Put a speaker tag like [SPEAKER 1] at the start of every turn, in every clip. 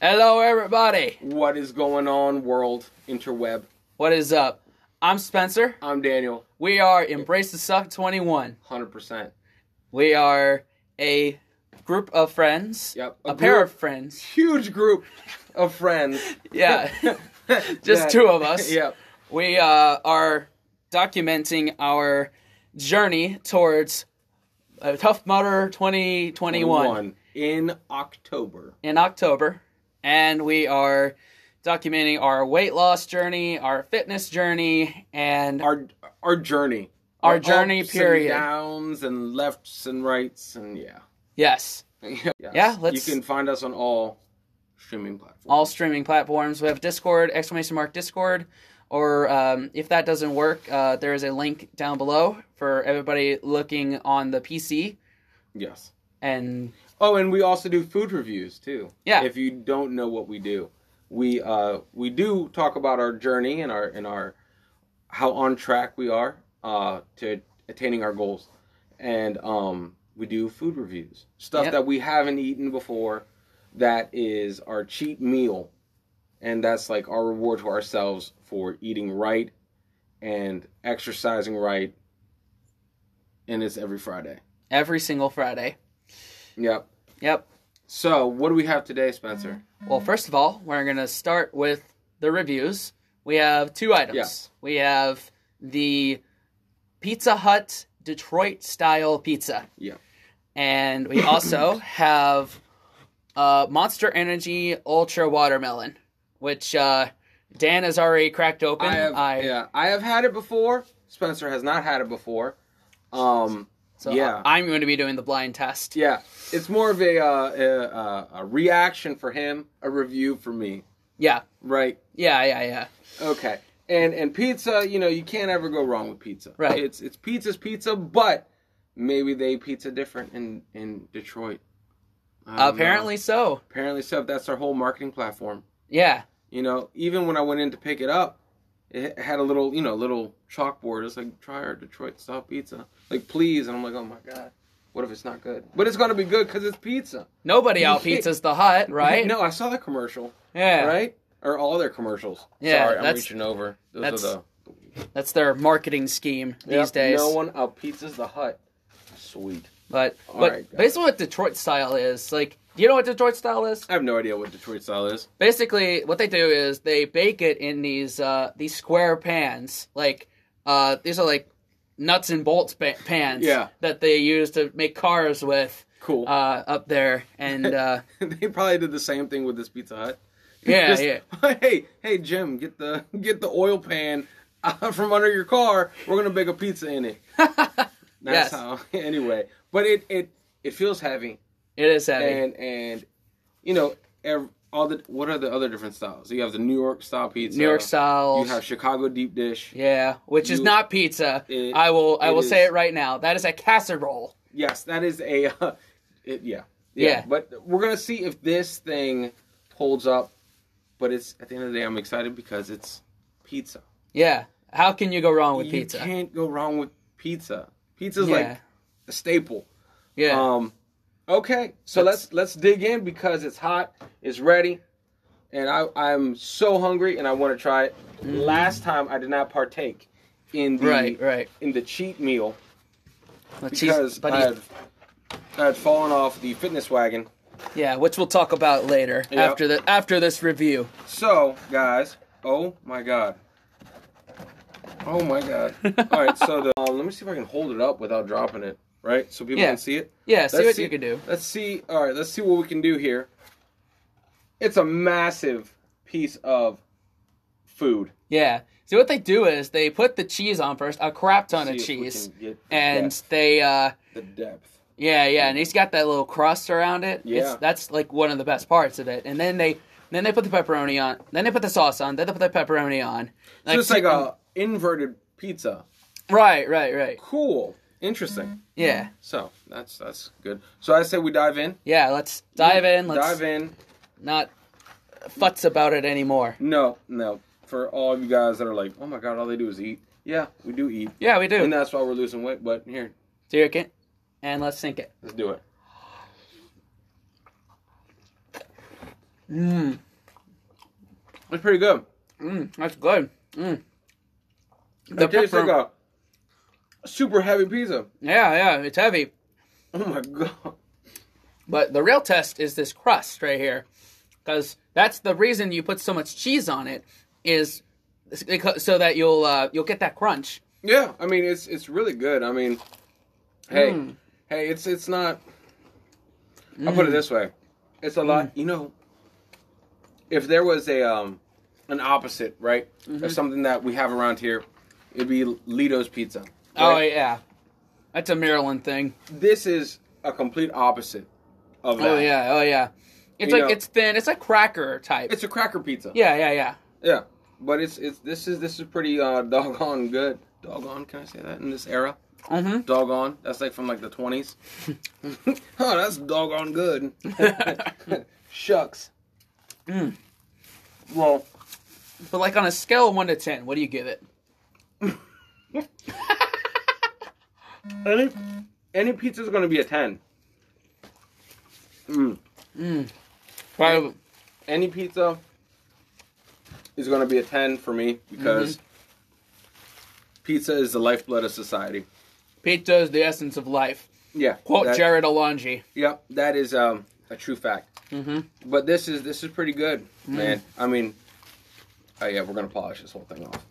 [SPEAKER 1] Hello, everybody.
[SPEAKER 2] What is going on, world interweb?
[SPEAKER 1] What is up? I'm Spencer.
[SPEAKER 2] I'm Daniel,
[SPEAKER 1] We are Embrace the Suck 21.
[SPEAKER 2] 100%.
[SPEAKER 1] We are a group of friends.
[SPEAKER 2] Yep.
[SPEAKER 1] A,
[SPEAKER 2] A
[SPEAKER 1] pair
[SPEAKER 2] group-
[SPEAKER 1] of friends.
[SPEAKER 2] Huge group of friends.
[SPEAKER 1] Yeah. Just
[SPEAKER 2] That-
[SPEAKER 1] two of us.
[SPEAKER 2] Yep.
[SPEAKER 1] we uh, are documenting our journey towards uh, Tough Mudder 2021
[SPEAKER 2] In October.
[SPEAKER 1] in October. And we are documenting our weight loss journey, our fitness journey, and
[SPEAKER 2] Our our journey.
[SPEAKER 1] Our journey,
[SPEAKER 2] ups
[SPEAKER 1] period.
[SPEAKER 2] And downs and lefts and rights and yeah.
[SPEAKER 1] yes.
[SPEAKER 2] yes.
[SPEAKER 1] Yeah, let's-
[SPEAKER 2] You can find us on all streaming platforms.
[SPEAKER 1] all streaming platforms. We have Discord, exclamation mark Discord, or um, if that doesn't work, uh, there is a link down below for everybody looking on the PC.
[SPEAKER 2] yes.
[SPEAKER 1] And
[SPEAKER 2] Oh, and we also do food reviews too.
[SPEAKER 1] Yeah.
[SPEAKER 2] If you don't know what we do, we uh we do talk about our journey and our and our how on track we are uh to attaining our goals, and um we do food reviews stuff
[SPEAKER 1] Yep.
[SPEAKER 2] that we haven't eaten before, that is our cheat meal, and that's like our reward to ourselves for eating right and exercising right, and it's every Friday.
[SPEAKER 1] every single Friday.
[SPEAKER 2] Yep.
[SPEAKER 1] Yep.
[SPEAKER 2] So, what do we have today, Spencer?
[SPEAKER 1] Well, first of all, we're going to start with the reviews. We have two items.
[SPEAKER 2] Yeah.
[SPEAKER 1] We have the Pizza Hut Detroit style pizza.
[SPEAKER 2] Yeah.
[SPEAKER 1] And we also have uh, Monster Energy Ultra Watermelon, which uh, Dan has already cracked open.
[SPEAKER 2] I have, yeah, I have had it before. Spencer has not had it before. Um,
[SPEAKER 1] so
[SPEAKER 2] yeah.
[SPEAKER 1] I- I'm going to be doing the blind test.
[SPEAKER 2] yeah, it's more of a, uh, a, a a reaction for him, a review for me,
[SPEAKER 1] Yeah,
[SPEAKER 2] right?
[SPEAKER 1] yeah, yeah, yeah.
[SPEAKER 2] Okay, and and pizza, you know, you can't ever go wrong with pizza.
[SPEAKER 1] Right.
[SPEAKER 2] It's it's pizza's pizza, but maybe they pizza different in in Detroit. I don't know.
[SPEAKER 1] Apparently so.
[SPEAKER 2] apparently so. That's their whole marketing platform.
[SPEAKER 1] Yeah,
[SPEAKER 2] You know, even when I went in to pick it up, it had a little, you know, little chalkboard. It's like, try our Detroit style pizza. Like, please. And I'm like, oh my God, what if it's not good? But it's going to be good because it's pizza.
[SPEAKER 1] nobody out pizzas the hut, right?
[SPEAKER 2] No, I saw the commercial,
[SPEAKER 1] yeah,
[SPEAKER 2] right? Or all their commercials.
[SPEAKER 1] Yeah,
[SPEAKER 2] Sorry, I'm
[SPEAKER 1] that's-
[SPEAKER 2] reaching over. Those
[SPEAKER 1] that's
[SPEAKER 2] are the,
[SPEAKER 1] That's their marketing scheme these
[SPEAKER 2] Yep,
[SPEAKER 1] days.
[SPEAKER 2] No one out pizzas the hut. Sweet.
[SPEAKER 1] but
[SPEAKER 2] All
[SPEAKER 1] but
[SPEAKER 2] right, guys.
[SPEAKER 1] basically, what Detroit style is like, do you know what Detroit style is?
[SPEAKER 2] I have no idea what Detroit style is.
[SPEAKER 1] basically what they do is they bake it in these uh these square pans like uh these are like nuts and bolts ba- pans
[SPEAKER 2] Yeah.
[SPEAKER 1] that they use to make cars with
[SPEAKER 2] Cool.
[SPEAKER 1] uh up there and uh
[SPEAKER 2] they probably did the same thing with this Pizza Hut.
[SPEAKER 1] yeah
[SPEAKER 2] Just,
[SPEAKER 1] yeah
[SPEAKER 2] Hey, hey, Jim, get the get the oil pan out from under your car. We're gonna bake a pizza in it. That's
[SPEAKER 1] Yes.
[SPEAKER 2] how. Anyway, but it it it feels heavy,
[SPEAKER 1] it is heavy
[SPEAKER 2] and and you know ev all the what are the other different styles? You have the New York style pizza.
[SPEAKER 1] new york style
[SPEAKER 2] uh, You have Chicago deep dish.
[SPEAKER 1] yeah which is
[SPEAKER 2] you-
[SPEAKER 1] not pizza
[SPEAKER 2] It-
[SPEAKER 1] i will i
[SPEAKER 2] it
[SPEAKER 1] will say
[SPEAKER 2] is-
[SPEAKER 1] it right now that is a casserole
[SPEAKER 2] Yes, that is a. Uh, it, yeah,
[SPEAKER 1] Yeah.
[SPEAKER 2] But we're gonna see if this thing holds up. But it's at the end of the day, I'm excited because it's pizza.
[SPEAKER 1] yeah how can you go wrong with
[SPEAKER 2] you
[SPEAKER 1] pizza
[SPEAKER 2] can't go wrong with pizza. Pizza's
[SPEAKER 1] yeah
[SPEAKER 2] like a staple.
[SPEAKER 1] yeah
[SPEAKER 2] Um, okay, so let's let's dig in because it's hot, it's ready, and I I'm so hungry and I want to try it. Last time I did not partake in the
[SPEAKER 1] Mm-hmm. right right
[SPEAKER 2] in the cheat meal
[SPEAKER 1] Well, cheese-
[SPEAKER 2] because
[SPEAKER 1] but
[SPEAKER 2] I
[SPEAKER 1] he-
[SPEAKER 2] had I had fallen off the fitness wagon.
[SPEAKER 1] yeah which we'll talk about later
[SPEAKER 2] Yeah.
[SPEAKER 1] after the after this review
[SPEAKER 2] So guys, oh my god. Oh my god. All right, so the, um, let me see if I can hold it up without dropping it, right? So people
[SPEAKER 1] Yeah.
[SPEAKER 2] can see it.
[SPEAKER 1] yeah see
[SPEAKER 2] Let's
[SPEAKER 1] what you can do
[SPEAKER 2] Let's see. All right, let's see what we can do here. It's a massive piece of food.
[SPEAKER 1] Yeah. See what they do is they put the cheese on first, a crap ton of
[SPEAKER 2] See if we
[SPEAKER 1] cheese,
[SPEAKER 2] can get the
[SPEAKER 1] and
[SPEAKER 2] depth-
[SPEAKER 1] they uh
[SPEAKER 2] the depth.
[SPEAKER 1] yeah yeah, and he's got that little crust around it. It's,
[SPEAKER 2] Yeah.
[SPEAKER 1] that's like one of the best parts of it. And then they then they put the pepperoni on, then they put the sauce on, then they put the pepperoni on.
[SPEAKER 2] So it's like a inverted pizza.
[SPEAKER 1] right right right
[SPEAKER 2] Cool. Interesting.
[SPEAKER 1] yeah
[SPEAKER 2] So that's that's good. So I say we dive in.
[SPEAKER 1] yeah. Let's dive in. Let's
[SPEAKER 2] dive in.
[SPEAKER 1] not futz about it anymore.
[SPEAKER 2] No, no. For all of you guys that are like, oh my god, all they do is eat. Yeah, we do eat,
[SPEAKER 1] Yeah, we do.
[SPEAKER 2] and that's why we're losing weight. But here,
[SPEAKER 1] Do you get? And let's sink it.
[SPEAKER 2] let's do it.
[SPEAKER 1] Mmm.
[SPEAKER 2] It's pretty good.
[SPEAKER 1] Mmm. That's good. Mmm.
[SPEAKER 2] it tastes like a super heavy pizza.
[SPEAKER 1] Yeah, yeah. It's heavy.
[SPEAKER 2] Oh my god.
[SPEAKER 1] But the real test is this crust right here, because that's the reason you put so much cheese on it, is becau- so that you'll uh, you'll get that crunch.
[SPEAKER 2] Yeah, I mean it's it's really good. I mean, hey,
[SPEAKER 1] Mm.
[SPEAKER 2] hey, it's it's not. I'll put it this way, it's a
[SPEAKER 1] Mm.
[SPEAKER 2] lot. You know, if there was a um an opposite, right,
[SPEAKER 1] Mm-hmm.
[SPEAKER 2] of something that we have around here, it'd be Lido's Pizza.
[SPEAKER 1] Oh
[SPEAKER 2] right?
[SPEAKER 1] yeah, that's a Maryland thing.
[SPEAKER 2] This is a complete opposite of that.
[SPEAKER 1] Oh yeah, oh yeah. It's
[SPEAKER 2] You
[SPEAKER 1] like
[SPEAKER 2] know-
[SPEAKER 1] it's thin. It's like cracker type.
[SPEAKER 2] it's a cracker pizza.
[SPEAKER 1] yeah, yeah, yeah.
[SPEAKER 2] yeah, but it's it's this is this is pretty uh doggone good. Doggone, can I say that in this era?
[SPEAKER 1] Mm-hmm.
[SPEAKER 2] doggone. That's like from like the twenties. oh, that's doggone good. Shucks.
[SPEAKER 1] Mm.
[SPEAKER 2] Well,
[SPEAKER 1] But like on a scale of one to ten, what do you give it?
[SPEAKER 2] any any pizza's gonna be a ten. Mm.
[SPEAKER 1] Probably
[SPEAKER 2] Any pizza is gonna be a ten for me
[SPEAKER 1] Mm-hmm.
[SPEAKER 2] because pizza is the lifeblood of society.
[SPEAKER 1] pizza is the essence of life.
[SPEAKER 2] Yeah.
[SPEAKER 1] Quote
[SPEAKER 2] that-
[SPEAKER 1] Jared Alonji.
[SPEAKER 2] Yep, that is um, a true fact.
[SPEAKER 1] Mhm.
[SPEAKER 2] But this is this is pretty good,
[SPEAKER 1] Mm.
[SPEAKER 2] man. I mean, oh yeah, we're gonna polish this whole thing off,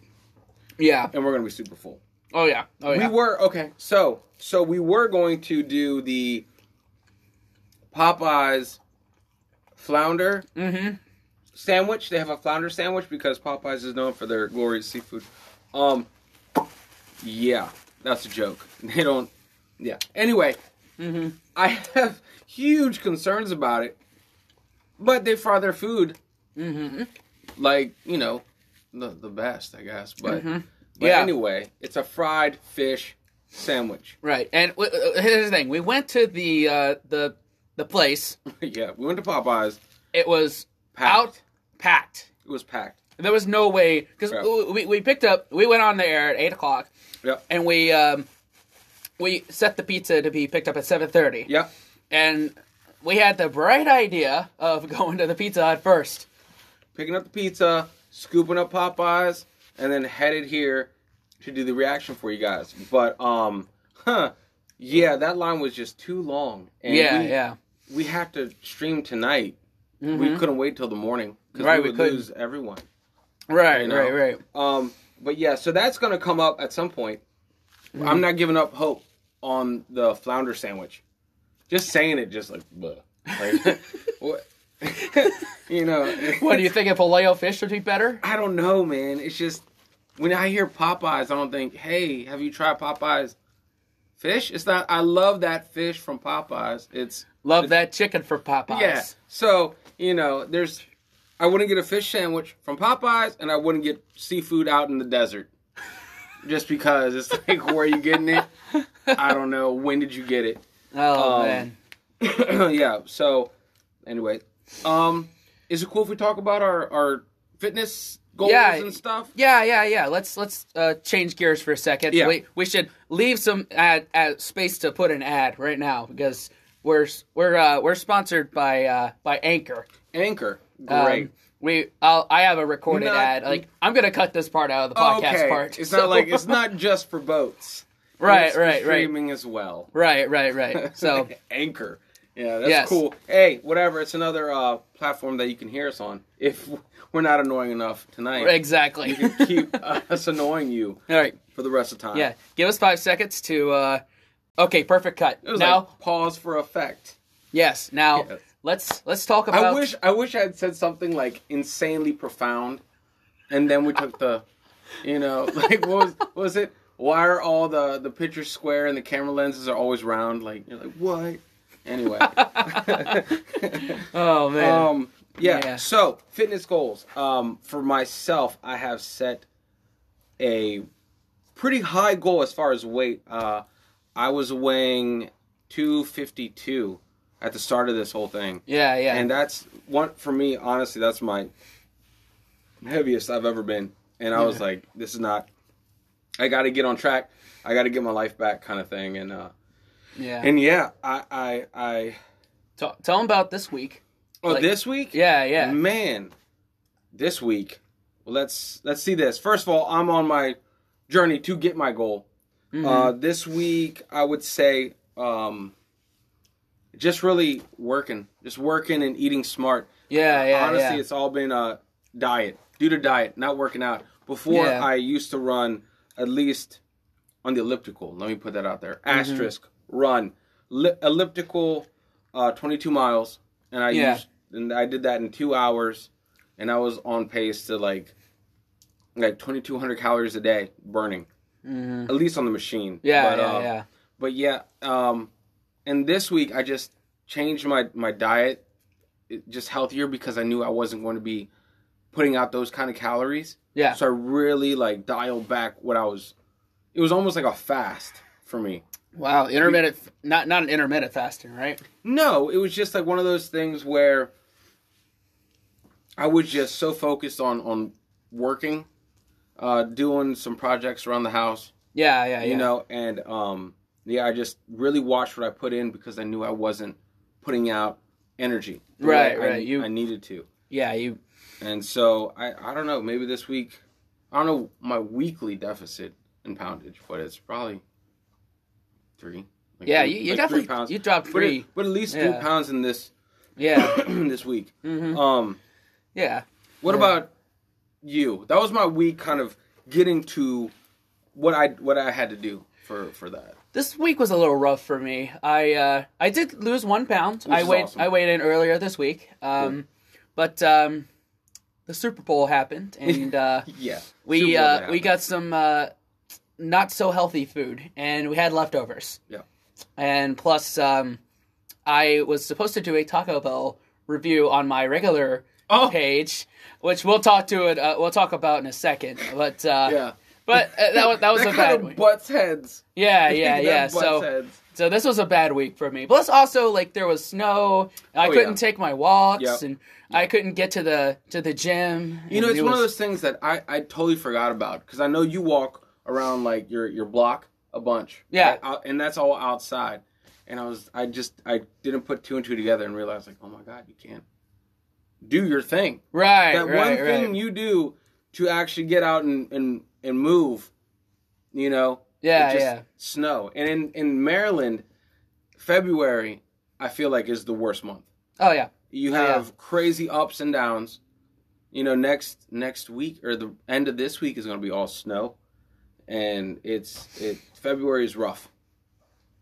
[SPEAKER 1] Yeah.
[SPEAKER 2] and we're gonna be super full.
[SPEAKER 1] Oh yeah. Oh yeah.
[SPEAKER 2] We were okay. So so we were going to do the Popeyes flounder
[SPEAKER 1] mm-hmm.
[SPEAKER 2] sandwich. They have a flounder sandwich because Popeyes is known for their glorious seafood. Um, yeah, that's a joke. They don't. Yeah. Anyway,
[SPEAKER 1] Mhm.
[SPEAKER 2] I have huge concerns about it, but they fry their food
[SPEAKER 1] Mm-hmm.
[SPEAKER 2] like you know the the best, I guess. But,
[SPEAKER 1] Mhm.
[SPEAKER 2] but
[SPEAKER 1] Yeah.
[SPEAKER 2] anyway, it's a fried fish sandwich.
[SPEAKER 1] Right. And w- w- here's the thing: we went to the uh, the the place.
[SPEAKER 2] yeah, we went to Popeyes.
[SPEAKER 1] It was
[SPEAKER 2] Packed.
[SPEAKER 1] out packed.
[SPEAKER 2] It was packed.
[SPEAKER 1] There was no way because
[SPEAKER 2] Yeah.
[SPEAKER 1] we, we picked up. We went on the air at eight o'clock,
[SPEAKER 2] Yep.
[SPEAKER 1] and we um, we set the pizza to be picked up at seven thirty.
[SPEAKER 2] Yep.
[SPEAKER 1] And we had the bright idea of going to the Pizza Hut first.
[SPEAKER 2] Picking up the pizza, scooping up Popeyes, and then headed here to do the reaction for you guys. But um, huh, yeah, that line was just too long. And
[SPEAKER 1] yeah,
[SPEAKER 2] we,
[SPEAKER 1] yeah.
[SPEAKER 2] We have to stream tonight. We couldn't wait till the morning because
[SPEAKER 1] Right,
[SPEAKER 2] we
[SPEAKER 1] we
[SPEAKER 2] would
[SPEAKER 1] couldn't.
[SPEAKER 2] lose everyone.
[SPEAKER 1] Right,
[SPEAKER 2] you know?
[SPEAKER 1] right, right.
[SPEAKER 2] Um, but yeah, so that's gonna come up at some point.
[SPEAKER 1] Mm-hmm.
[SPEAKER 2] I'm not giving up hope on the flounder sandwich. Just saying it, just like, bleh. like what, you know.
[SPEAKER 1] What do you think? If Paleo fish would be better?
[SPEAKER 2] I don't know, man. It's just when I hear Popeyes, I don't think, "Hey, have you tried Popeyes fish?" It's not. I love that fish from Popeyes. It's
[SPEAKER 1] Love that chicken for Popeyes.
[SPEAKER 2] yeah. So you know, there's. I wouldn't get a fish sandwich from Popeyes, and I wouldn't get seafood out in the desert, just because it's like, where are you getting it? I don't know. When did you get it?
[SPEAKER 1] Oh
[SPEAKER 2] Um,
[SPEAKER 1] man.
[SPEAKER 2] yeah. So, anyway, um, is it cool if we talk about our our fitness goals
[SPEAKER 1] Yeah.
[SPEAKER 2] and stuff?
[SPEAKER 1] Yeah, yeah, yeah. Let's let's uh, change gears for a second.
[SPEAKER 2] Yeah.
[SPEAKER 1] We we should leave some ad, ad space to put an ad right now because we're s- we're uh, we're sponsored by uh, by Anchor.
[SPEAKER 2] Anchor.
[SPEAKER 1] Um,
[SPEAKER 2] Great.
[SPEAKER 1] we I'll, I have a recorded
[SPEAKER 2] Not- Oh,
[SPEAKER 1] ad. Like I'm gonna cut this part out of the podcast part.
[SPEAKER 2] It's
[SPEAKER 1] so-
[SPEAKER 2] not like it's not just for boats.
[SPEAKER 1] right,
[SPEAKER 2] It's for
[SPEAKER 1] right, right,
[SPEAKER 2] Streaming as well.
[SPEAKER 1] right, right, right. So
[SPEAKER 2] Anchor. Yeah, that's
[SPEAKER 1] Yes.
[SPEAKER 2] cool. Hey, whatever. It's another uh, platform that you can hear us on. If we're not annoying enough tonight,
[SPEAKER 1] exactly.
[SPEAKER 2] keep us annoying you
[SPEAKER 1] All right.
[SPEAKER 2] for the rest of time.
[SPEAKER 1] Yeah. Give us five seconds to. Uh, okay. Perfect cut.
[SPEAKER 2] It was
[SPEAKER 1] Now.
[SPEAKER 2] like pause for effect.
[SPEAKER 1] yes. Now.
[SPEAKER 2] Yes.
[SPEAKER 1] Let's let's talk about.
[SPEAKER 2] I wish I wish I had said something like insanely profound, and then we took the, you know, like what was what was it? Why are all the the pictures square and the camera lenses are always round? Like you're like what? Anyway,
[SPEAKER 1] Oh man.
[SPEAKER 2] um, yeah.
[SPEAKER 1] Yeah.
[SPEAKER 2] So fitness goals. Um, for myself, I have set a pretty high goal as far as weight. Uh, I was weighing two fifty two at the start of this whole thing.
[SPEAKER 1] yeah. Yeah.
[SPEAKER 2] And that's one for me, honestly, that's my heaviest I've ever been. And I was like, this is not I gotta get on track. I gotta get my life back kind of thing. And uh
[SPEAKER 1] yeah.
[SPEAKER 2] and yeah, I I I
[SPEAKER 1] Ta- tell them about this week.
[SPEAKER 2] Oh,
[SPEAKER 1] Like-
[SPEAKER 2] this week?
[SPEAKER 1] Yeah,
[SPEAKER 2] Mm-hmm.
[SPEAKER 1] yeah.
[SPEAKER 2] Man, this week. Well, let's let's see this. First of all, I'm on my journey to get my goal.
[SPEAKER 1] Mm-hmm.
[SPEAKER 2] Uh, this week, I would say, um, just really working, just working and eating smart.
[SPEAKER 1] Yeah, yeah,
[SPEAKER 2] Honestly,
[SPEAKER 1] yeah.
[SPEAKER 2] it's all been uh, diet due to diet, not working out. Before
[SPEAKER 1] Yeah.
[SPEAKER 2] I used to run at least on the elliptical. Let me put that out there.
[SPEAKER 1] Mm-hmm.
[SPEAKER 2] Asterisk run Li- elliptical, uh, twenty two miles, and I
[SPEAKER 1] Yeah.
[SPEAKER 2] used and I did that in two hours, and I was on pace to like like twenty two hundred calories a day burning, at least on the machine.
[SPEAKER 1] Mm-hmm. Yeah,
[SPEAKER 2] But,
[SPEAKER 1] yeah,
[SPEAKER 2] um,
[SPEAKER 1] yeah.
[SPEAKER 2] but yeah, um, and this week I just changed my my diet, it- just healthier because I knew I wasn't going to be putting out those kind of calories.
[SPEAKER 1] Yeah.
[SPEAKER 2] So I really like dialed back what I was. It was almost like a fast for me.
[SPEAKER 1] Wow, intermittent not not an intermittent fasting, right?
[SPEAKER 2] No, it was just like one of those things where I was just so focused on on working, uh, doing some projects around the house,
[SPEAKER 1] Yeah, yeah, yeah.
[SPEAKER 2] you know, and um, yeah, I just really watched what I put in because I knew I wasn't putting out energy. the way
[SPEAKER 1] Right,
[SPEAKER 2] I-
[SPEAKER 1] right, you-
[SPEAKER 2] I needed to,
[SPEAKER 1] yeah, you
[SPEAKER 2] and so I I don't know. Maybe this week, I don't know my weekly deficit in poundage, but it's probably three. like
[SPEAKER 1] Yeah,
[SPEAKER 2] three-
[SPEAKER 1] you, you
[SPEAKER 2] like three
[SPEAKER 1] definitely you dropped
[SPEAKER 2] But,
[SPEAKER 1] three.
[SPEAKER 2] at- but at least three
[SPEAKER 1] Yeah.
[SPEAKER 2] pounds in this
[SPEAKER 1] Yeah.
[SPEAKER 2] this week. Um,
[SPEAKER 1] Yeah.
[SPEAKER 2] what about you? That was my week, kind of getting to what I what I had to do for for that.
[SPEAKER 1] This week was a little rough for me. I uh, I did lose one pound. I
[SPEAKER 2] is
[SPEAKER 1] weighed
[SPEAKER 2] awesome.
[SPEAKER 1] I weighed in earlier this week. Um, but um, the Super Bowl happened, and uh,
[SPEAKER 2] Yeah, Super
[SPEAKER 1] we
[SPEAKER 2] Bowl
[SPEAKER 1] uh,
[SPEAKER 2] that
[SPEAKER 1] we
[SPEAKER 2] happened.
[SPEAKER 1] got some uh, not so healthy food, and we had leftovers.
[SPEAKER 2] Yeah.
[SPEAKER 1] And plus, um, I was supposed to do a Taco Bell review on my regular
[SPEAKER 2] Oh.
[SPEAKER 1] page, which we'll talk to it. Uh, we'll talk about in a second. But uh,
[SPEAKER 2] yeah.
[SPEAKER 1] But uh, that was that was
[SPEAKER 2] that
[SPEAKER 1] a
[SPEAKER 2] kind
[SPEAKER 1] bad
[SPEAKER 2] of
[SPEAKER 1] week.
[SPEAKER 2] butts heads.
[SPEAKER 1] Yeah, yeah,
[SPEAKER 2] That
[SPEAKER 1] yeah.
[SPEAKER 2] butts
[SPEAKER 1] So.
[SPEAKER 2] heads.
[SPEAKER 1] So this was a bad week for me. Plus, also like there was snow. and I
[SPEAKER 2] Oh,
[SPEAKER 1] couldn't
[SPEAKER 2] yeah.
[SPEAKER 1] take my walks,
[SPEAKER 2] Yep.
[SPEAKER 1] and I couldn't get to the to the gym.
[SPEAKER 2] you know, it's one of those things that I I totally forgot about because I know you walk around like your your block a bunch.
[SPEAKER 1] Yeah.
[SPEAKER 2] right? Out- and that's all outside. And I was I just I didn't put two and two together and realized like oh my god you can't do your thing.
[SPEAKER 1] right,
[SPEAKER 2] that
[SPEAKER 1] right,
[SPEAKER 2] one
[SPEAKER 1] right.
[SPEAKER 2] thing you do to actually get out and and, and move, you know,
[SPEAKER 1] Yeah,
[SPEAKER 2] it just
[SPEAKER 1] yeah.
[SPEAKER 2] snow. And in in Maryland, February I feel like is the worst month.
[SPEAKER 1] oh yeah,
[SPEAKER 2] You
[SPEAKER 1] yeah.
[SPEAKER 2] have crazy ups and downs. You know, next next week or the end of this week is going to be all snow, and it's it February is rough.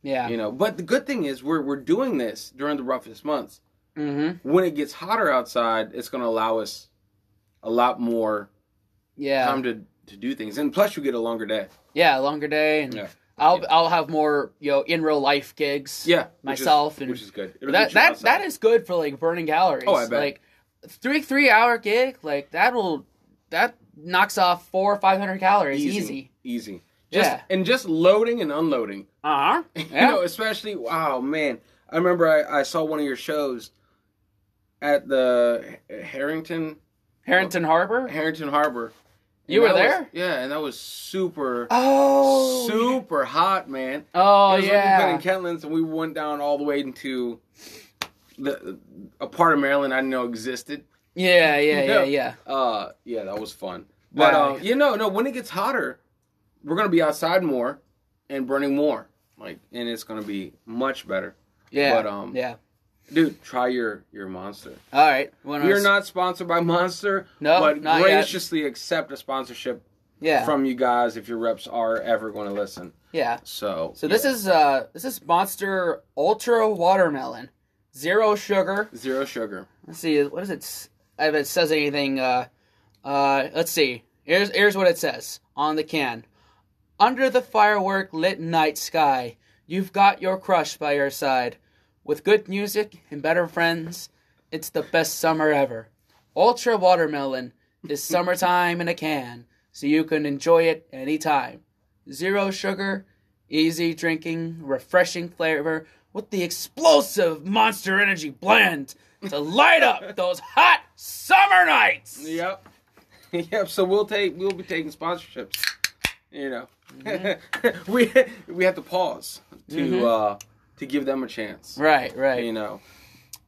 [SPEAKER 1] yeah.
[SPEAKER 2] You know, but the good thing is we're we're doing this during the roughest months.
[SPEAKER 1] mm-hmm.
[SPEAKER 2] When it gets hotter outside, it's going to allow us a lot more
[SPEAKER 1] Yeah,
[SPEAKER 2] time to to do things, and plus you get a longer day.
[SPEAKER 1] yeah. Longer day, and
[SPEAKER 2] Yeah.
[SPEAKER 1] I'll I'll have more you know in real life gigs.
[SPEAKER 2] Yeah, which is-
[SPEAKER 1] myself
[SPEAKER 2] which
[SPEAKER 1] and
[SPEAKER 2] is, good. It'll
[SPEAKER 1] that
[SPEAKER 2] get you
[SPEAKER 1] that
[SPEAKER 2] outside.
[SPEAKER 1] that is good for like burning calories.
[SPEAKER 2] Oh, I bet.
[SPEAKER 1] Like three three hour gig, like that will that knocks off four or five hundred calories easy.
[SPEAKER 2] easy. Just,
[SPEAKER 1] Yeah.
[SPEAKER 2] and just loading and unloading.
[SPEAKER 1] Uh
[SPEAKER 2] Uh-huh.
[SPEAKER 1] huh. Yeah.
[SPEAKER 2] You know, especially wow, man. I remember I, I saw one of your shows at the H- Harrington
[SPEAKER 1] Harrington Harbor.
[SPEAKER 2] Harrington Harbor. And
[SPEAKER 1] You were
[SPEAKER 2] that was-
[SPEAKER 1] there?
[SPEAKER 2] yeah, and that was super
[SPEAKER 1] Oh.
[SPEAKER 2] super hot, man.
[SPEAKER 1] Oh
[SPEAKER 2] It was
[SPEAKER 1] yeah.
[SPEAKER 2] Like we played in Kentlands, and we went down all the way into the a part of Maryland I didn't know existed.
[SPEAKER 1] yeah, yeah, yeah, yeah,
[SPEAKER 2] Yeah. Uh, yeah, that was fun. But
[SPEAKER 1] Wow.
[SPEAKER 2] uh, you know, no, when it gets hotter, we're gonna be outside more and burning more. Like, and it's gonna be much better.
[SPEAKER 1] yeah.
[SPEAKER 2] But, um,
[SPEAKER 1] yeah.
[SPEAKER 2] Dude, try your your monster.
[SPEAKER 1] All right. When I
[SPEAKER 2] We are
[SPEAKER 1] was-
[SPEAKER 2] not sponsored by Monster,
[SPEAKER 1] No,
[SPEAKER 2] but
[SPEAKER 1] not yet.
[SPEAKER 2] graciously accept a sponsorship
[SPEAKER 1] Yeah.
[SPEAKER 2] from you guys if your reps are ever going to listen.
[SPEAKER 1] yeah.
[SPEAKER 2] So,
[SPEAKER 1] So this
[SPEAKER 2] yeah.
[SPEAKER 1] is uh this is Monster Ultra Watermelon, zero sugar.
[SPEAKER 2] zero sugar.
[SPEAKER 1] Let's see. What is it? s- If it says anything. Uh, uh. Let's see. Here's here's what it says on the can. Under the firework lit night sky, you've got your crush by your side. With good music and better friends, it's the best summer ever. Ultra Watermelon is summertime in a can, so you can enjoy it anytime. Zero sugar, easy drinking, refreshing flavor with the explosive Monster Energy blend to light up those hot summer nights.
[SPEAKER 2] Yep. yep. So we'll take we'll be taking sponsorships. You know,
[SPEAKER 1] Mm-hmm.
[SPEAKER 2] we we have to pause to uh to give them a chance.
[SPEAKER 1] Right, right.
[SPEAKER 2] You know,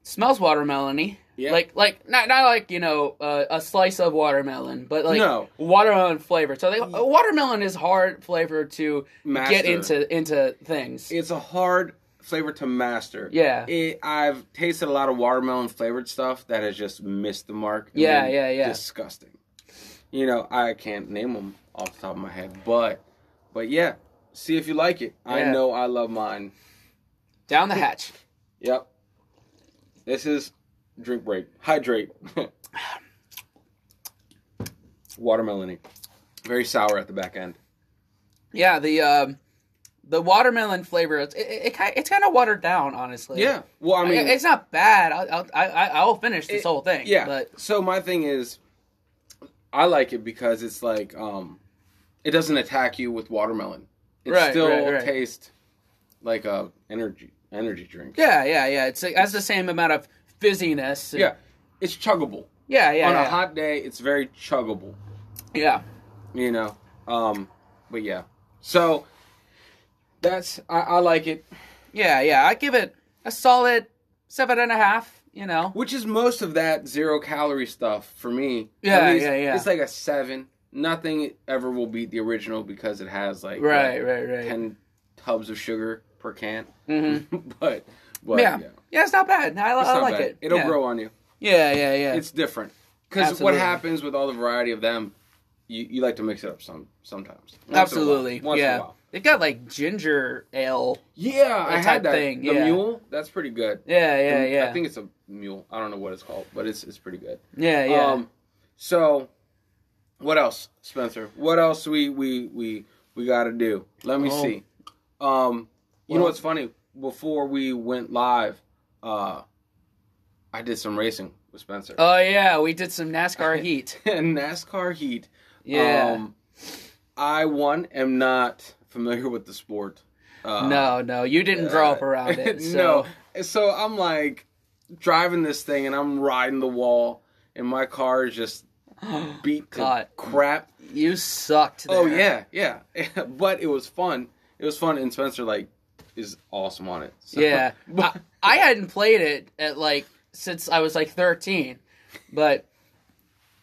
[SPEAKER 1] Smells watermelony.
[SPEAKER 2] Yeah.
[SPEAKER 1] Like like not not like you know uh, a slice of watermelon, but like
[SPEAKER 2] No.
[SPEAKER 1] watermelon flavor. So they, uh, watermelon is hard flavor to
[SPEAKER 2] Master.
[SPEAKER 1] get into into things.
[SPEAKER 2] It's a hard flavor to master.
[SPEAKER 1] yeah,
[SPEAKER 2] It, I've tasted a lot of watermelon flavored stuff that has just missed the mark. and
[SPEAKER 1] Yeah,
[SPEAKER 2] been
[SPEAKER 1] yeah, yeah.
[SPEAKER 2] Disgusting. You know, I can't name them off the top of my head, but but yeah, see if you like it. I
[SPEAKER 1] Yeah.
[SPEAKER 2] know I love mine.
[SPEAKER 1] down the hatch.
[SPEAKER 2] Yep. This is drink break. Hydrate. Watermelony. Very sour at the back end.
[SPEAKER 1] Yeah, the um, the watermelon flavor. It's it, it, ki- it's kind of watered down, honestly.
[SPEAKER 2] Yeah. Well, I
[SPEAKER 1] I
[SPEAKER 2] mean,
[SPEAKER 1] it's not bad. I'll I'll, I, I- I'll finish this
[SPEAKER 2] It-
[SPEAKER 1] whole thing.
[SPEAKER 2] yeah.
[SPEAKER 1] but
[SPEAKER 2] So my thing is, I like it because it's like, um, it doesn't attack you with watermelon. It
[SPEAKER 1] Right,
[SPEAKER 2] still
[SPEAKER 1] right, right.
[SPEAKER 2] tastes like a energy energy drink.
[SPEAKER 1] yeah, yeah, yeah. It's it has the same amount of fizziness. and-
[SPEAKER 2] Yeah. It's chuggable.
[SPEAKER 1] yeah, yeah.
[SPEAKER 2] On
[SPEAKER 1] yeah.
[SPEAKER 2] a hot day, it's very chuggable.
[SPEAKER 1] yeah.
[SPEAKER 2] you know um but yeah so that's i, I like it
[SPEAKER 1] Yeah, yeah. I give it a solid seven and a half. You know.
[SPEAKER 2] which is most of that zero calorie stuff for me
[SPEAKER 1] Yeah,
[SPEAKER 2] At least
[SPEAKER 1] yeah, yeah.
[SPEAKER 2] it's like a seven nothing ever will beat the original because it has like
[SPEAKER 1] Right,
[SPEAKER 2] what,
[SPEAKER 1] right, right.
[SPEAKER 2] 10 tubs of sugar per can
[SPEAKER 1] Mhm.
[SPEAKER 2] but but yeah,
[SPEAKER 1] yeah. yeah, It's not bad. I,
[SPEAKER 2] It's
[SPEAKER 1] I
[SPEAKER 2] not
[SPEAKER 1] like
[SPEAKER 2] bad.
[SPEAKER 1] it.
[SPEAKER 2] it'll
[SPEAKER 1] yeah.
[SPEAKER 2] grow on you
[SPEAKER 1] Yeah, yeah, yeah.
[SPEAKER 2] it's different because what
[SPEAKER 1] Absolutely.
[SPEAKER 2] happens with all the variety of them you, you like to mix it up some sometimes Once in a while.
[SPEAKER 1] Absolutely.
[SPEAKER 2] Once in a
[SPEAKER 1] yeah.
[SPEAKER 2] while.
[SPEAKER 1] It got like ginger ale.
[SPEAKER 2] yeah i
[SPEAKER 1] type
[SPEAKER 2] had that
[SPEAKER 1] thing,
[SPEAKER 2] the
[SPEAKER 1] yeah.
[SPEAKER 2] mule that's pretty good
[SPEAKER 1] Yeah, yeah,
[SPEAKER 2] And
[SPEAKER 1] yeah.
[SPEAKER 2] I think it's a mule. I don't know what it's called, but it's it's pretty good.
[SPEAKER 1] yeah, yeah.
[SPEAKER 2] Um, so what else, Spencer? What else we we we we got to do? Let me
[SPEAKER 1] Oh.
[SPEAKER 2] see. Um, you know
[SPEAKER 1] Well-
[SPEAKER 2] what's funny? Before we went live, uh, I did some racing with Spencer.
[SPEAKER 1] oh yeah, we did some NASCAR heat.
[SPEAKER 2] NASCAR heat.
[SPEAKER 1] Yeah.
[SPEAKER 2] Um, I one am not familiar with the sport. Uh,
[SPEAKER 1] no, no, you didn't grow up
[SPEAKER 2] uh,
[SPEAKER 1] around it. So.
[SPEAKER 2] no. So I'm like driving this thing and I'm riding the wall and my car is just beat to
[SPEAKER 1] God.
[SPEAKER 2] crap.
[SPEAKER 1] You sucked. There.
[SPEAKER 2] Oh yeah, yeah. but it was fun. It was fun and Spencer like is awesome on it. So-
[SPEAKER 1] yeah. I,
[SPEAKER 2] But-
[SPEAKER 1] I hadn't played it at like since I was like 13, but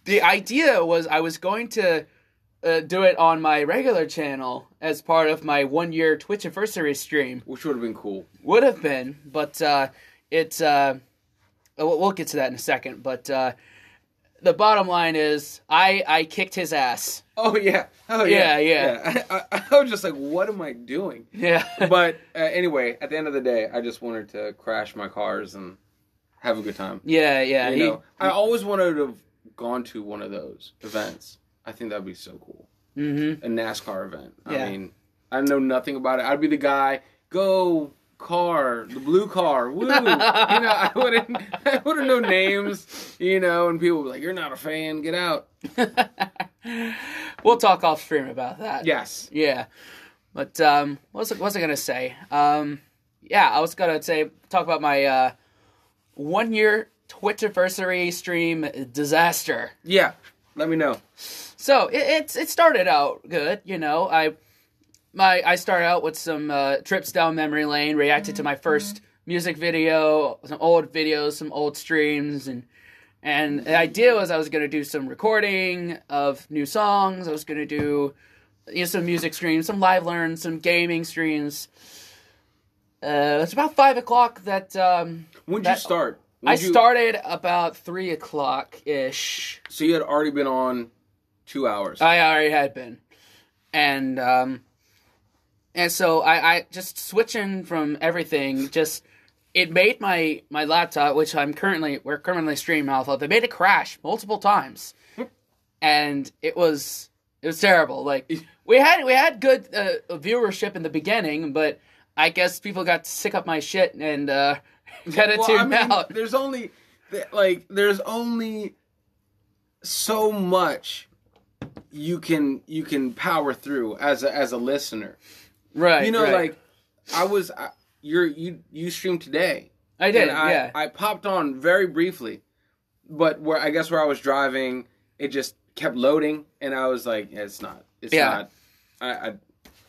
[SPEAKER 1] the idea was I was going to uh, do it on my regular channel as part of my one year Twitch anniversary stream.
[SPEAKER 2] which would have been cool.
[SPEAKER 1] Would have been, but uh, it's uh, we'll we'll get to that in a second. But uh, the bottom line is, I I kicked his ass.
[SPEAKER 2] Oh yeah. Oh
[SPEAKER 1] Yeah,
[SPEAKER 2] yeah.
[SPEAKER 1] yeah.
[SPEAKER 2] I, I, I was just like what am I doing?
[SPEAKER 1] Yeah.
[SPEAKER 2] But uh, anyway, at the end of the day, I just wanted to crash my cars and have a good time.
[SPEAKER 1] yeah, yeah.
[SPEAKER 2] You
[SPEAKER 1] he-
[SPEAKER 2] know, I always wanted to have gone to one of those events. I think that'd be so cool. Mm-hmm. A NASCAR event.
[SPEAKER 1] Yeah.
[SPEAKER 2] I mean, I know nothing about it. I'd be the guy. Go car, the blue car. Woo! you know, I wouldn't. I wouldn't know names. You know, and people would be like, "You're not a fan. Get out."
[SPEAKER 1] we'll talk off stream about that.
[SPEAKER 2] Yes.
[SPEAKER 1] Yeah. But um what was, I- what was I gonna say? Um yeah, I was gonna say talk about my uh one year Twitch anniversary stream disaster.
[SPEAKER 2] Yeah. Let me know.
[SPEAKER 1] So it, it's it started out good, you know. I my I started out with some uh, trips down memory lane, reacted to my first music video, some old videos, some old streams, and and the idea was I was gonna do some recording of new songs. I was gonna do you know, some music streams, some live learn, some gaming streams. Uh, it's about five o'clock that um,
[SPEAKER 2] When'd you
[SPEAKER 1] That-
[SPEAKER 2] start?
[SPEAKER 1] I
[SPEAKER 2] When'd you-
[SPEAKER 1] started about three o'clock ish.
[SPEAKER 2] So you had already been on two hours.
[SPEAKER 1] I already had been, and um, and so I, I just switching from everything. Just it made my my laptop, which I'm currently we're currently streaming off of. It made it crash multiple times, and it was it was terrible. Like we had we had good uh, viewership in the beginning, but I guess people got sick of my shit and uh, had to tune out.
[SPEAKER 2] There's only th- like there's only so much you can you can power through as a, as a listener.
[SPEAKER 1] Right,
[SPEAKER 2] You know,
[SPEAKER 1] right.
[SPEAKER 2] like I was I, you're you you streamed today.
[SPEAKER 1] I did,
[SPEAKER 2] and I,
[SPEAKER 1] yeah.
[SPEAKER 2] I popped on very briefly, but where I guess where I was driving, it just kept loading, and I was like, it's not, it's
[SPEAKER 1] Yeah.
[SPEAKER 2] not. I, I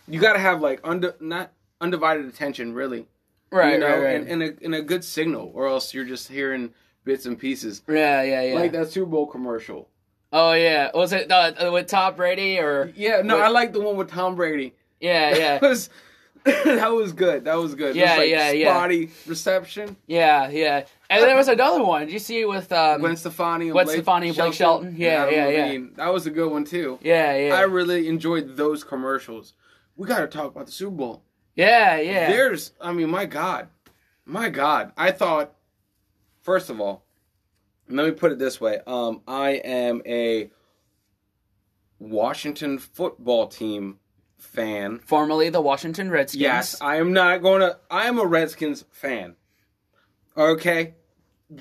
[SPEAKER 2] you got to have like under not undivided attention really
[SPEAKER 1] right,
[SPEAKER 2] you know,
[SPEAKER 1] right, right,
[SPEAKER 2] and, and, a, and a good signal, or else you're just hearing bits and pieces.
[SPEAKER 1] Yeah, yeah, yeah.
[SPEAKER 2] Like that Super Bowl commercial.
[SPEAKER 1] oh yeah, was it uh, with Tom Brady or?
[SPEAKER 2] Yeah, no,
[SPEAKER 1] Wait.
[SPEAKER 2] I like the one with Tom Brady.
[SPEAKER 1] Yeah, yeah,
[SPEAKER 2] that was that was good. That was good. It was,
[SPEAKER 1] Yeah,
[SPEAKER 2] like,
[SPEAKER 1] yeah, yeah. Mm.
[SPEAKER 2] Spotty reception.
[SPEAKER 1] yeah, yeah. And there was another one. Did you see with um?
[SPEAKER 2] Gwen Stefani. and
[SPEAKER 1] Gwen
[SPEAKER 2] Blake
[SPEAKER 1] Stefani and Blake Shelton. Yeah,
[SPEAKER 2] Adam
[SPEAKER 1] yeah, yeah.
[SPEAKER 2] Levine. That was a good one too.
[SPEAKER 1] yeah, yeah,
[SPEAKER 2] I really enjoyed those commercials. We got to talk about the Super Bowl.
[SPEAKER 1] yeah, yeah.
[SPEAKER 2] There's, I mean, my God, my God. I thought, first of all, let me put it this way. Um, I am a Washington football team fan.
[SPEAKER 1] Formerly the Washington Redskins.
[SPEAKER 2] Yes, I am not going to. I am a Redskins fan. Okay,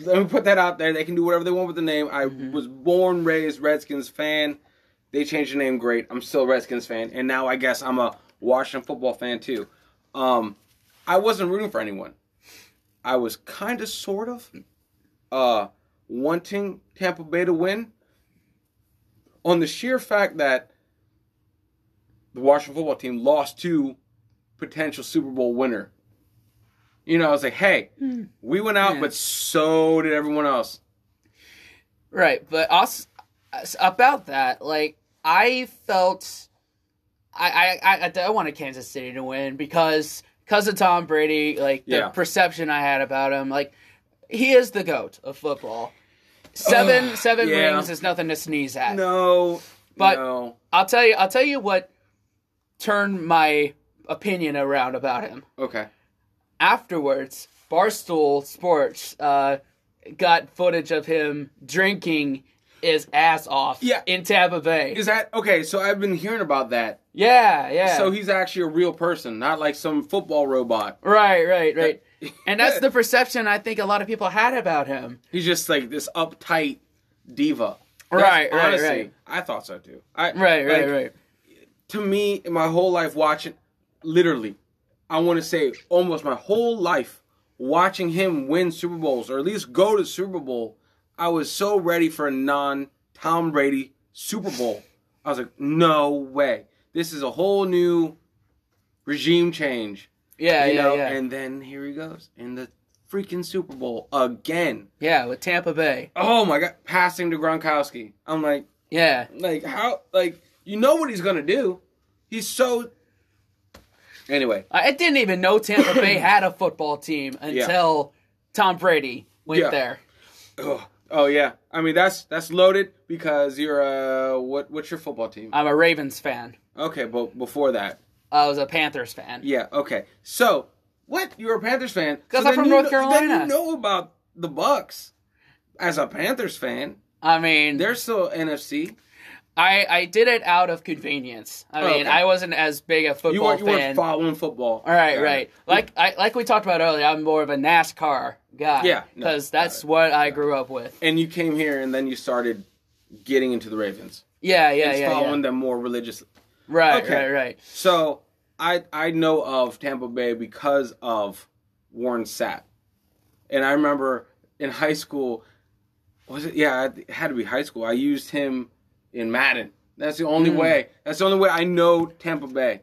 [SPEAKER 2] let me put that out there. They can do whatever they want with the name. I was born, raised Redskins fan. They changed the name. Great. I'm still a Redskins fan, and now I guess I'm a Washington football fan too. Um, I wasn't rooting for anyone. I was kind of, sort of, uh, wanting Tampa Bay to win. On the sheer fact that the Washington football team lost to potential Super Bowl winner. You know, I was like, hey, we went out,
[SPEAKER 1] Hmm. Yeah.
[SPEAKER 2] but so did everyone else.
[SPEAKER 1] Right, but also about that, like I felt, I I I, I don't wanted Kansas City to win because because of Tom Brady, like the
[SPEAKER 2] Yeah.
[SPEAKER 1] perception I had about him, like he is the goat of football. Seven seven
[SPEAKER 2] yeah.
[SPEAKER 1] rings is nothing to sneeze at.
[SPEAKER 2] No,
[SPEAKER 1] But-
[SPEAKER 2] no.
[SPEAKER 1] I'll tell you I'll tell you what turned my opinion around about him.
[SPEAKER 2] Okay.
[SPEAKER 1] afterwards, Barstool Sports uh, got footage of him drinking his ass off
[SPEAKER 2] Yeah.
[SPEAKER 1] in Tampa Bay.
[SPEAKER 2] Is that okay? So I've been hearing about that.
[SPEAKER 1] yeah, yeah.
[SPEAKER 2] So he's actually a real person, not like some football robot.
[SPEAKER 1] right, right, right. and that's the perception I think a lot of people had about him.
[SPEAKER 2] He's just like this uptight diva.
[SPEAKER 1] Right, right,
[SPEAKER 2] honestly,
[SPEAKER 1] right.
[SPEAKER 2] I thought so too. I,
[SPEAKER 1] Right, right,
[SPEAKER 2] like,
[SPEAKER 1] right.
[SPEAKER 2] To me, in my whole life watching, literally, I want to say almost my whole life watching him win Super Bowls or at least go to Super Bowl, I was so ready for a non Tom Brady Super Bowl. I was like, no way. This is a whole new regime change.
[SPEAKER 1] Yeah,
[SPEAKER 2] you
[SPEAKER 1] yeah,
[SPEAKER 2] know,
[SPEAKER 1] yeah.
[SPEAKER 2] and then here he goes in the freaking Super Bowl again.
[SPEAKER 1] yeah, with Tampa Bay.
[SPEAKER 2] Oh my god, passing to Gronkowski. I'm like,
[SPEAKER 1] Yeah,
[SPEAKER 2] like how like you know what he's gonna do. He's so anyway.
[SPEAKER 1] I I didn't even know Tampa Bay had a football team until Tom Brady went
[SPEAKER 2] Yeah.
[SPEAKER 1] there.
[SPEAKER 2] Oh, oh yeah. I mean that's that's loaded because you're uh what what's your football team?
[SPEAKER 1] I'm a Ravens fan.
[SPEAKER 2] Okay, but before that.
[SPEAKER 1] I was a Panthers fan.
[SPEAKER 2] Yeah, okay. So what? You're a Panthers fan.
[SPEAKER 1] 'Cause
[SPEAKER 2] So
[SPEAKER 1] I'm
[SPEAKER 2] then
[SPEAKER 1] from
[SPEAKER 2] you
[SPEAKER 1] North
[SPEAKER 2] kno- Then
[SPEAKER 1] Carolina.
[SPEAKER 2] you know about the Bucks as a Panthers fan.
[SPEAKER 1] I mean,
[SPEAKER 2] They're still NFC.
[SPEAKER 1] I, I did it out of convenience. I mean,
[SPEAKER 2] Oh, okay.
[SPEAKER 1] I wasn't as big a football
[SPEAKER 2] You weren't you
[SPEAKER 1] fan.
[SPEAKER 2] weren't following football.
[SPEAKER 1] All right, right. Like I like we talked about earlier, I'm more of a NASCAR guy.
[SPEAKER 2] Yeah, no,
[SPEAKER 1] because
[SPEAKER 2] got
[SPEAKER 1] that's what I grew up with.
[SPEAKER 2] And you came here and then you started getting into the Ravens.
[SPEAKER 1] Yeah, yeah,
[SPEAKER 2] It's
[SPEAKER 1] yeah.
[SPEAKER 2] following
[SPEAKER 1] yeah.
[SPEAKER 2] them more religiously.
[SPEAKER 1] Right,
[SPEAKER 2] Okay.
[SPEAKER 1] right, right.
[SPEAKER 2] So I I know of Tampa Bay because of Warren Sapp, and I remember in high school, was it? Yeah, it had to be high school. I used him in Madden. That's the only way. That's the only way I know Tampa Bay.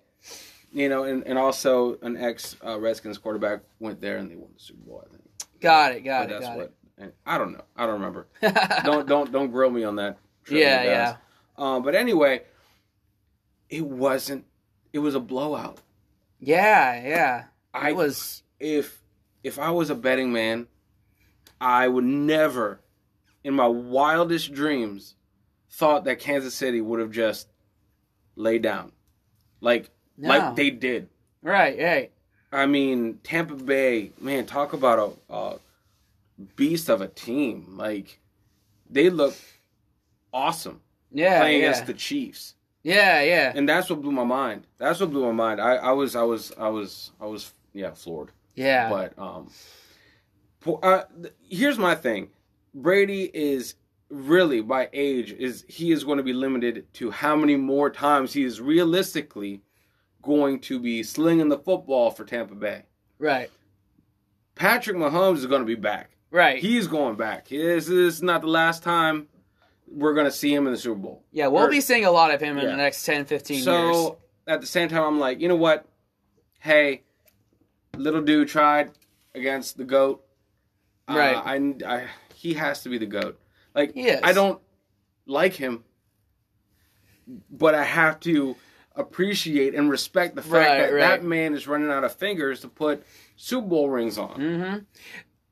[SPEAKER 2] You know, and, and also an ex uh, Redskins quarterback went there and they won the Super Bowl. I think.
[SPEAKER 1] Got it, got it,
[SPEAKER 2] But that's
[SPEAKER 1] got
[SPEAKER 2] what.
[SPEAKER 1] it.
[SPEAKER 2] and I don't know. I don't remember. don't don't don't grill me on that. trivia,
[SPEAKER 1] Yeah,
[SPEAKER 2] guys.
[SPEAKER 1] yeah.
[SPEAKER 2] Um, but anyway, it wasn't. It was a blowout.
[SPEAKER 1] Yeah, yeah. I
[SPEAKER 2] I-
[SPEAKER 1] was
[SPEAKER 2] If if I was a betting man, I would never, in my wildest dreams, thought that Kansas City would have just laid down, like
[SPEAKER 1] No.
[SPEAKER 2] like they did.
[SPEAKER 1] right, right.
[SPEAKER 2] I mean, Tampa Bay, man, talk about a, a beast of a team. Like they look awesome
[SPEAKER 1] Yeah,
[SPEAKER 2] playing
[SPEAKER 1] yeah.
[SPEAKER 2] against the Chiefs,
[SPEAKER 1] yeah, yeah,
[SPEAKER 2] and that's what blew my mind. That's what blew my mind. I, I was, I was, I was, I was, yeah, floored.
[SPEAKER 1] yeah.
[SPEAKER 2] But um, po- uh, th- here's my thing: Brady is really by age is he is going to be limited to how many more times he is realistically going to be slinging the football for Tampa Bay.
[SPEAKER 1] right,
[SPEAKER 2] Patrick Mahomes is going to be back.
[SPEAKER 1] right.
[SPEAKER 2] He's going back. This is not the last time we're going to see him in the Super Bowl.
[SPEAKER 1] yeah, we'll
[SPEAKER 2] or-
[SPEAKER 1] be seeing a lot of him in
[SPEAKER 2] Yeah.
[SPEAKER 1] the next 10, 15
[SPEAKER 2] so
[SPEAKER 1] years.
[SPEAKER 2] at the same time, I'm like, you know what? Hey, little dude tried against the goat. Uh,
[SPEAKER 1] Right.
[SPEAKER 2] I, I he has to be the goat. Like
[SPEAKER 1] He is.
[SPEAKER 2] I don't like him, but I have to appreciate and respect the fact
[SPEAKER 1] Right,
[SPEAKER 2] that
[SPEAKER 1] right.
[SPEAKER 2] that man is running out of fingers to put Super Bowl rings on.
[SPEAKER 1] Mm-hmm.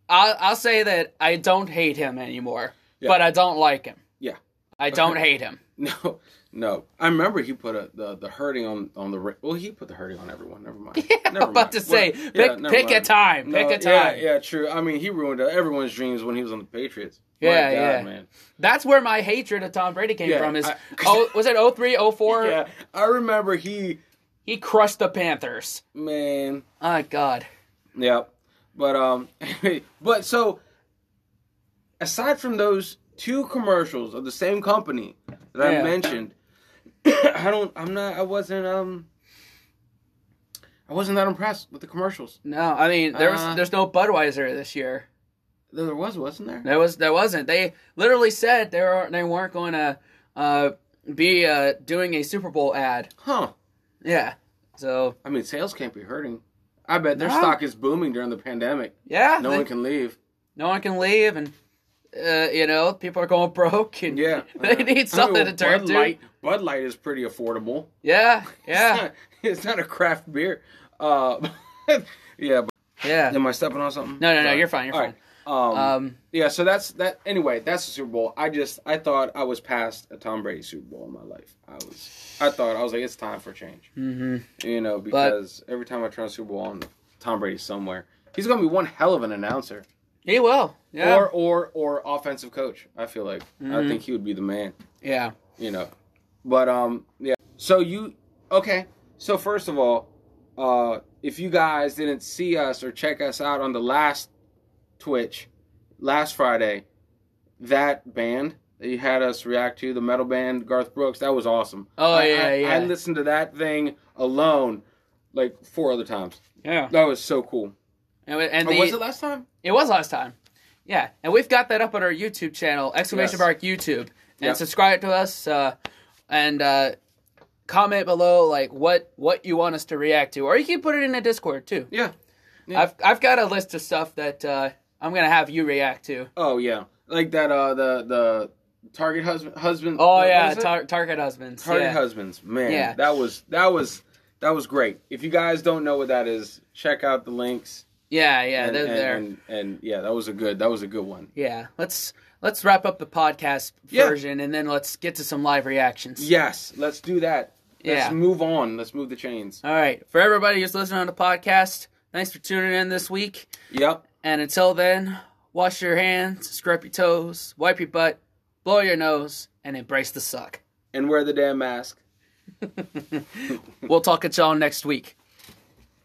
[SPEAKER 1] I'll, I'll say that I don't hate him anymore,
[SPEAKER 2] Yeah.
[SPEAKER 1] but I don't like him.
[SPEAKER 2] Yeah.
[SPEAKER 1] I don't hate him.
[SPEAKER 2] No, no. I remember he put a, the the hurting on on the Ra- well. He put the hurting on everyone. Never mind. never
[SPEAKER 1] I'm about to say,
[SPEAKER 2] Well, yeah,
[SPEAKER 1] pick,
[SPEAKER 2] never
[SPEAKER 1] pick a
[SPEAKER 2] mind.
[SPEAKER 1] time.
[SPEAKER 2] No,
[SPEAKER 1] pick a
[SPEAKER 2] yeah,
[SPEAKER 1] time.
[SPEAKER 2] Yeah, true. I mean, he ruined uh, everyone's dreams when he was on the Patriots. My
[SPEAKER 1] Yeah,
[SPEAKER 2] God,
[SPEAKER 1] yeah.
[SPEAKER 2] man.
[SPEAKER 1] That's where my hatred of Tom Brady came
[SPEAKER 2] Yeah,
[SPEAKER 1] from. Is
[SPEAKER 2] I-
[SPEAKER 1] oh, was it 03, 04?
[SPEAKER 2] Yeah, I remember he,
[SPEAKER 1] He crushed the Panthers.
[SPEAKER 2] man.
[SPEAKER 1] Oh God.
[SPEAKER 2] Yeah, but um, but so aside from those two commercials of the same company that
[SPEAKER 1] Yeah.
[SPEAKER 2] I mentioned, I don't. I'm not. I wasn't. Um, I wasn't that impressed with the commercials.
[SPEAKER 1] No, I mean there's
[SPEAKER 2] Uh.
[SPEAKER 1] there's no Budweiser this year.
[SPEAKER 2] There was, wasn't there?
[SPEAKER 1] There was there wasn't. They literally said they were they weren't going to uh, be uh, doing a Super Bowl ad.
[SPEAKER 2] Huh.
[SPEAKER 1] Yeah. So
[SPEAKER 2] I mean, sales can't be hurting. I bet their
[SPEAKER 1] No.
[SPEAKER 2] stock is booming during the pandemic.
[SPEAKER 1] yeah,
[SPEAKER 2] No
[SPEAKER 1] they-
[SPEAKER 2] one can leave.
[SPEAKER 1] no one can leave, and uh, you know people are going broke, and
[SPEAKER 2] Yeah,
[SPEAKER 1] they
[SPEAKER 2] yeah. I mean,
[SPEAKER 1] need something to
[SPEAKER 2] Bud
[SPEAKER 1] turn to.
[SPEAKER 2] Light, Bud Light is pretty affordable.
[SPEAKER 1] Yeah,
[SPEAKER 2] It's
[SPEAKER 1] yeah,
[SPEAKER 2] not, it's not a craft beer. Uh, yeah. But
[SPEAKER 1] yeah.
[SPEAKER 2] am I stepping on something?
[SPEAKER 1] No, no, no.
[SPEAKER 2] Sorry.
[SPEAKER 1] You're fine. You're
[SPEAKER 2] All
[SPEAKER 1] fine.
[SPEAKER 2] right. Um,
[SPEAKER 1] Um,
[SPEAKER 2] yeah. So that's that. Anyway, that's the Super Bowl. I just I thought I was past a Tom Brady Super Bowl in my life. I was. I thought I was like it's time for a change.
[SPEAKER 1] mhm.
[SPEAKER 2] You know, because every time I turn the Super Bowl on, Tom Brady's somewhere. He's gonna be one hell of an announcer.
[SPEAKER 1] He will. Yeah. Mm-hmm.
[SPEAKER 2] or or or offensive coach. I feel like I think he would be the man.
[SPEAKER 1] yeah.
[SPEAKER 2] You know, but um, yeah. So you okay? So first of all, uh, if you guys didn't see us or check us out on the last Twitch last Friday, that band that you had us react to, the metal band Garth Brooks, that was awesome.
[SPEAKER 1] Oh,
[SPEAKER 2] I-
[SPEAKER 1] yeah,
[SPEAKER 2] I,
[SPEAKER 1] yeah.
[SPEAKER 2] I listened to that thing alone, like four other times.
[SPEAKER 1] Yeah.
[SPEAKER 2] That was so cool.
[SPEAKER 1] And, and
[SPEAKER 2] Oh,
[SPEAKER 1] the,
[SPEAKER 2] was it last time?
[SPEAKER 1] It was last time. Yeah, and we've got that up on our YouTube channel, exclamation
[SPEAKER 2] Yes.
[SPEAKER 1] mark YouTube, and
[SPEAKER 2] Yep.
[SPEAKER 1] subscribe to us, uh, and uh, comment below like what what you want us to react to, or you can put it in the Discord too.
[SPEAKER 2] Yeah.
[SPEAKER 1] I've I've got a list of stuff that uh, I'm gonna have you react to.
[SPEAKER 2] Oh yeah, like that. Uh, the the Target husband husband.
[SPEAKER 1] Oh
[SPEAKER 2] what
[SPEAKER 1] yeah,
[SPEAKER 2] is it?
[SPEAKER 1] tar- Target husbands.
[SPEAKER 2] Target
[SPEAKER 1] yeah.
[SPEAKER 2] husbands. Man,
[SPEAKER 1] Yeah.
[SPEAKER 2] that was that was that was great. If you guys don't know what that is, check out the links.
[SPEAKER 1] yeah, yeah,
[SPEAKER 2] and,
[SPEAKER 1] they're
[SPEAKER 2] and,
[SPEAKER 1] there.
[SPEAKER 2] And, and yeah, that was a good that was a good one.
[SPEAKER 1] yeah, let's let's wrap up the podcast
[SPEAKER 2] Yeah.
[SPEAKER 1] version, and then let's get to some live reactions.
[SPEAKER 2] Yes, let's do that. Let's
[SPEAKER 1] Yeah.
[SPEAKER 2] move on. Let's move the chains.
[SPEAKER 1] All right, for everybody who's listening on the podcast, thanks for tuning in this week.
[SPEAKER 2] Yep.
[SPEAKER 1] And until then, wash your hands, scrub your toes, wipe your butt, blow your nose, and embrace the suck.
[SPEAKER 2] And wear the damn mask.
[SPEAKER 1] We'll talk at y'all next week.